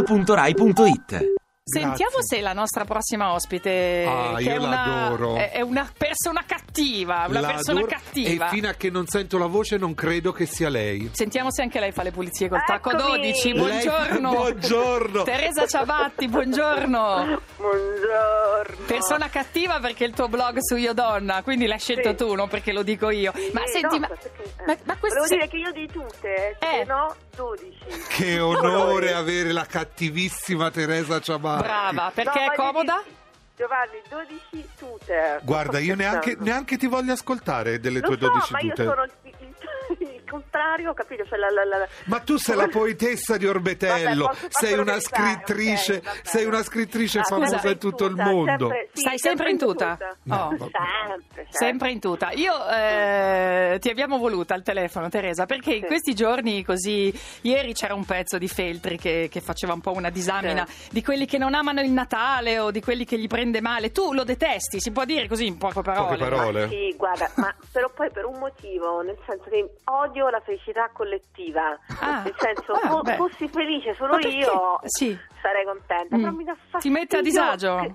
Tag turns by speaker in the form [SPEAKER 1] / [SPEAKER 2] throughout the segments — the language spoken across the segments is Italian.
[SPEAKER 1] radio2pod.rai.it
[SPEAKER 2] Sentiamo se la nostra prossima ospite
[SPEAKER 3] Ah,
[SPEAKER 2] che
[SPEAKER 3] io
[SPEAKER 2] è, una,
[SPEAKER 3] l'adoro.
[SPEAKER 2] è è una persona cattiva, una
[SPEAKER 3] La
[SPEAKER 2] persona
[SPEAKER 3] adoro-
[SPEAKER 2] cattiva.
[SPEAKER 3] E fino a che non sento la voce non credo che sia lei.
[SPEAKER 2] Sentiamo se anche lei fa le pulizie col tacco
[SPEAKER 4] Eccomi.
[SPEAKER 2] 12.
[SPEAKER 4] Lei-
[SPEAKER 2] Buongiorno.
[SPEAKER 3] Buongiorno.
[SPEAKER 2] Teresa Ciabatti, buongiorno.
[SPEAKER 4] Buongiorno.
[SPEAKER 2] Persona cattiva perché il tuo blog su Io Donna, quindi l'hai scelto
[SPEAKER 4] Sì.
[SPEAKER 2] tu, non perché lo dico io. Ma
[SPEAKER 4] Sì,
[SPEAKER 2] senti, ma,
[SPEAKER 4] no, perché-
[SPEAKER 2] ma- ma questo
[SPEAKER 4] Volevo
[SPEAKER 2] se-
[SPEAKER 4] dire che io di tutte, se
[SPEAKER 2] Eh.
[SPEAKER 4] no 12.
[SPEAKER 3] Che onore avere la cattivissima Teresa Ciabatti.
[SPEAKER 2] brava, perché
[SPEAKER 4] No,
[SPEAKER 2] è
[SPEAKER 4] voglio
[SPEAKER 2] comoda?
[SPEAKER 4] dire- Giovanni, 12 tute.
[SPEAKER 3] Guarda,
[SPEAKER 4] Sto
[SPEAKER 3] io neanche,
[SPEAKER 4] scherzando.
[SPEAKER 3] neanche ti voglio ascoltare delle
[SPEAKER 4] Lo
[SPEAKER 3] tue
[SPEAKER 4] so,
[SPEAKER 3] 12
[SPEAKER 4] ma io
[SPEAKER 3] tute.
[SPEAKER 4] sono il, il- il contrario, capito? Cioè, la, la- la-
[SPEAKER 3] Ma tu sei la poetessa di Orbetello,
[SPEAKER 4] Vabbè, posso- posso
[SPEAKER 3] sei una
[SPEAKER 4] organizzare,
[SPEAKER 3] scrittrice,
[SPEAKER 4] ok, vabbè.
[SPEAKER 3] sei una scrittrice
[SPEAKER 4] Ah,
[SPEAKER 3] famosa
[SPEAKER 2] scusa.
[SPEAKER 3] in tutto il
[SPEAKER 4] tuta,
[SPEAKER 3] mondo.
[SPEAKER 4] sì,
[SPEAKER 2] Stai sempre in tuta? No,
[SPEAKER 3] vabbè.
[SPEAKER 4] sempre, sempre.
[SPEAKER 2] Sempre in tuta. Io eh, ti abbiamo voluta al telefono, Teresa, perché in
[SPEAKER 4] Sì.
[SPEAKER 2] questi giorni così. Ieri c'era un pezzo di Feltri che, che faceva un po' una disamina di quelli che non amano il Natale o di quelli che gli prende male. Tu lo detesti, si può dire così in poche parole.
[SPEAKER 3] Poche parole.
[SPEAKER 4] Ma sì, guarda, ma però poi per un motivo, nel senso che odio la felicità collettiva.
[SPEAKER 2] Ah.
[SPEAKER 4] nel senso,
[SPEAKER 2] Ah,
[SPEAKER 4] fo-
[SPEAKER 2] beh.
[SPEAKER 4] fossi felice solo
[SPEAKER 2] Ma perché?
[SPEAKER 4] io,
[SPEAKER 2] Sì.
[SPEAKER 4] sarei contenta.
[SPEAKER 2] Mm.
[SPEAKER 4] Però mi dà
[SPEAKER 2] Ti
[SPEAKER 4] fastidio.
[SPEAKER 2] mette a disagio?
[SPEAKER 4] che-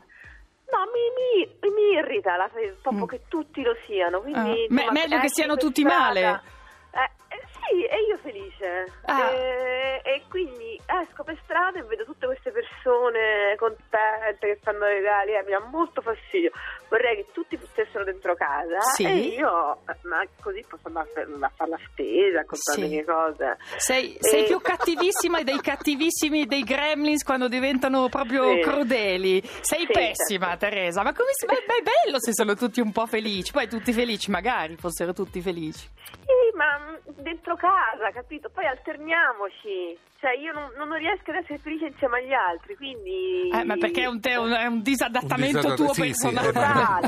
[SPEAKER 4] No, mi, mi- mi irrita la fe- proprio
[SPEAKER 2] Mm.
[SPEAKER 4] che tutti lo siano. Quindi,
[SPEAKER 2] Ah. Me-
[SPEAKER 4] insomma,
[SPEAKER 2] meglio che
[SPEAKER 4] esci
[SPEAKER 2] siano
[SPEAKER 4] per
[SPEAKER 2] tutti
[SPEAKER 4] strada.
[SPEAKER 2] male.
[SPEAKER 4] Eh, eh, sì, e io felice.
[SPEAKER 2] Ah.
[SPEAKER 4] Eh, E, quindi esco per strada e vedo tutte queste persone contente che fanno regali. eh, mi dà molto fastidio. Vorrei che tutti stessero dentro casa
[SPEAKER 2] Sì.
[SPEAKER 4] e io, eh, ma così posso andare a fare- a fare la spesa, a comprarmi
[SPEAKER 2] Sì.
[SPEAKER 4] le cose.
[SPEAKER 2] Sei, sei
[SPEAKER 4] Eh.
[SPEAKER 2] più cattivissima dei cattivissimi dei gremlins quando diventano proprio
[SPEAKER 4] Sì.
[SPEAKER 2] crudeli. Sei
[SPEAKER 4] Sì,
[SPEAKER 2] pessima,
[SPEAKER 4] certo.
[SPEAKER 2] Teresa. Ma come si- ma- ma è bello se sono tutti un po' felici. Poi tutti felici, magari fossero tutti felici.
[SPEAKER 4] Sì, ma mh, dentro casa, capito? Poi alterniamoci. Cioè, io non, non riesco ad essere felice insieme agli altri, quindi...
[SPEAKER 2] Eh, ma perché è un, te- un- è un
[SPEAKER 3] Un
[SPEAKER 2] disadattamento
[SPEAKER 3] disadatta-
[SPEAKER 2] tuo
[SPEAKER 3] sì, sì,
[SPEAKER 2] personale?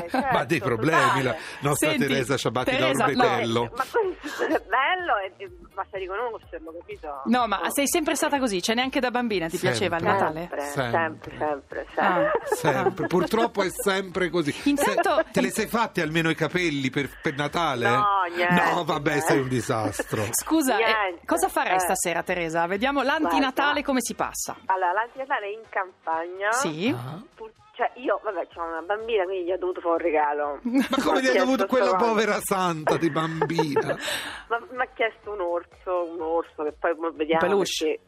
[SPEAKER 4] Totale,
[SPEAKER 3] eh, ma dei
[SPEAKER 4] certo,
[SPEAKER 3] problemi, la
[SPEAKER 4] totale.
[SPEAKER 3] nostra
[SPEAKER 2] Senti,
[SPEAKER 3] Teresa Ciabatti
[SPEAKER 2] Teresa,
[SPEAKER 3] da
[SPEAKER 2] no.
[SPEAKER 3] Orbetello.
[SPEAKER 4] Eh, Ma questo è bello, e, e basta riconoscerlo, capito?
[SPEAKER 2] No, ma
[SPEAKER 4] Oh.
[SPEAKER 2] sei sempre stata così, cioè neanche da bambina ti
[SPEAKER 3] Sempre.
[SPEAKER 2] piaceva il Natale?
[SPEAKER 4] Sempre,
[SPEAKER 3] Natale?
[SPEAKER 4] sempre, sempre,
[SPEAKER 2] Ah.
[SPEAKER 4] sempre.
[SPEAKER 3] Sempre, purtroppo è sempre così.
[SPEAKER 2] Intanto-
[SPEAKER 3] Se- te le sei fatte almeno i capelli per, per Natale?
[SPEAKER 4] No, niente.
[SPEAKER 3] No, vabbè, sei un disastro.
[SPEAKER 2] Scusa, eh,
[SPEAKER 4] Niente.
[SPEAKER 2] cosa farai
[SPEAKER 4] Eh.
[SPEAKER 2] stasera Teresa? Vediamo l'antinatale
[SPEAKER 4] Guarda.
[SPEAKER 2] come si passa.
[SPEAKER 4] Allora, l'antinatale in campagna...
[SPEAKER 2] Sì?
[SPEAKER 3] Ah.
[SPEAKER 4] Pur- Cioè, io, vabbè, c'ho una bambina, quindi gli ho dovuto fare un regalo.
[SPEAKER 3] Ma come gli hai
[SPEAKER 4] Chiesto
[SPEAKER 3] dovuto
[SPEAKER 4] sto
[SPEAKER 3] quella
[SPEAKER 4] avanti.
[SPEAKER 3] povera santa di bambina?
[SPEAKER 4] Ma mi ha chiesto un orso, un orso che poi mo vediamo.
[SPEAKER 2] Un peluche?
[SPEAKER 4] perché-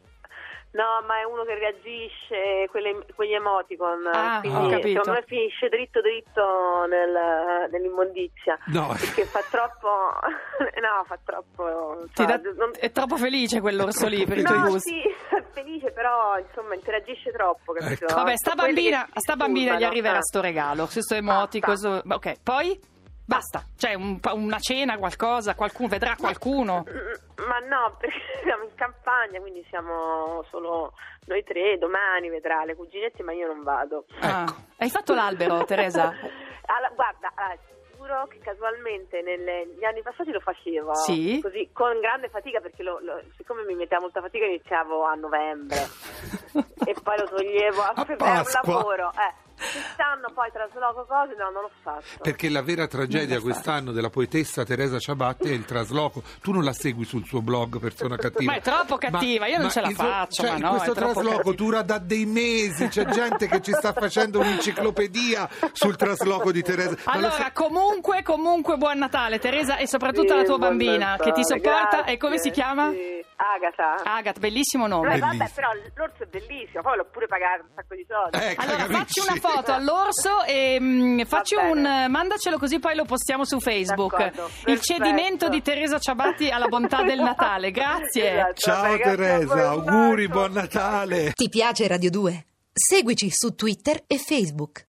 [SPEAKER 4] No, ma è uno che reagisce, quelle- quegli emoticon.
[SPEAKER 2] Ah,
[SPEAKER 3] ho
[SPEAKER 4] quindi
[SPEAKER 2] capito.
[SPEAKER 4] secondo me finisce dritto dritto nel- nell'immondizia.
[SPEAKER 3] No,
[SPEAKER 4] Perché fa troppo. no, fa troppo.
[SPEAKER 2] Ti
[SPEAKER 4] fa-
[SPEAKER 2] dà-
[SPEAKER 4] non-
[SPEAKER 2] È troppo felice quell'orso lì per i tuoi
[SPEAKER 4] No,
[SPEAKER 2] gusti.
[SPEAKER 4] sì, è felice, però insomma interagisce troppo, capito?
[SPEAKER 3] Ecco.
[SPEAKER 2] Vabbè, sta
[SPEAKER 4] Sono quelli
[SPEAKER 2] bambina,
[SPEAKER 4] che si
[SPEAKER 2] a sta bambina gli
[SPEAKER 4] turbano.
[SPEAKER 2] arriverà
[SPEAKER 4] Ah.
[SPEAKER 2] sto regalo, questo emotico.
[SPEAKER 4] Basta.
[SPEAKER 2] so- ma Ok, poi basta. C'è un pa- una cena, qualcosa, qualcuno vedrà qualcuno.
[SPEAKER 4] Mm, Ma no, perché siamo in campagna, quindi siamo solo noi tre, domani vedrà le cuginette, ma io non vado.
[SPEAKER 2] Ah,
[SPEAKER 3] Ecco.
[SPEAKER 2] Hai fatto l'albero, Teresa?
[SPEAKER 4] Allora, guarda, allora, ti giuro che casualmente nelle- negli anni passati lo facevo.
[SPEAKER 2] Sì?
[SPEAKER 4] Così, con grande fatica, perché lo- lo- siccome mi metteva molta fatica iniziavo a novembre. e poi lo toglievo a,
[SPEAKER 3] A
[SPEAKER 4] febbraio, è un
[SPEAKER 3] Pasqua.
[SPEAKER 4] lavoro. Eh. Quest'anno poi trasloco cose, no, non l'ho fatto.
[SPEAKER 3] Perché la vera tragedia quest'anno della poetessa Teresa Ciabatte è il trasloco. Tu non la segui sul suo blog, persona cattiva.
[SPEAKER 2] Ma è troppo cattiva, io non ce la
[SPEAKER 3] il suo-
[SPEAKER 2] faccio,
[SPEAKER 3] cioè,
[SPEAKER 2] ma no,
[SPEAKER 3] questo
[SPEAKER 2] è troppo
[SPEAKER 3] trasloco
[SPEAKER 2] cattiva.
[SPEAKER 3] dura da dei mesi. C'è gente che ci sta facendo un'enciclopedia sul trasloco di Teresa. Ma lo
[SPEAKER 2] Allora,
[SPEAKER 3] sa-
[SPEAKER 2] comunque, comunque, buon Natale, Teresa, e soprattutto
[SPEAKER 4] Sì,
[SPEAKER 2] alla tua
[SPEAKER 4] buon
[SPEAKER 2] bambina che ti
[SPEAKER 4] Natale,
[SPEAKER 2] sopporta.
[SPEAKER 4] grazie,
[SPEAKER 2] E come si chiama?
[SPEAKER 4] sì. Agata.
[SPEAKER 2] Agat, bellissimo
[SPEAKER 4] Beh,
[SPEAKER 2] nome.
[SPEAKER 3] Bellissimo.
[SPEAKER 4] vabbè, però l'orso è bellissimo, poi l'ho pure pagato un sacco di soldi.
[SPEAKER 3] Ecco,
[SPEAKER 2] Allora, facci
[SPEAKER 3] capisci?
[SPEAKER 2] una foto all'orso e mm, facci
[SPEAKER 4] bene.
[SPEAKER 2] un. eh, mandacelo così poi lo postiamo su Facebook.
[SPEAKER 4] D'accordo,
[SPEAKER 2] Il
[SPEAKER 4] perfetto.
[SPEAKER 2] cedimento di Teresa Ciabatti alla bontà del Natale. Grazie.
[SPEAKER 4] Esatto,
[SPEAKER 3] Ciao
[SPEAKER 4] vabbè, grazie a voi,
[SPEAKER 3] Teresa,
[SPEAKER 4] un
[SPEAKER 3] auguri,
[SPEAKER 4] bacio.
[SPEAKER 3] buon Natale.
[SPEAKER 5] Ti piace Radio 2? Seguici su Twitter e Facebook.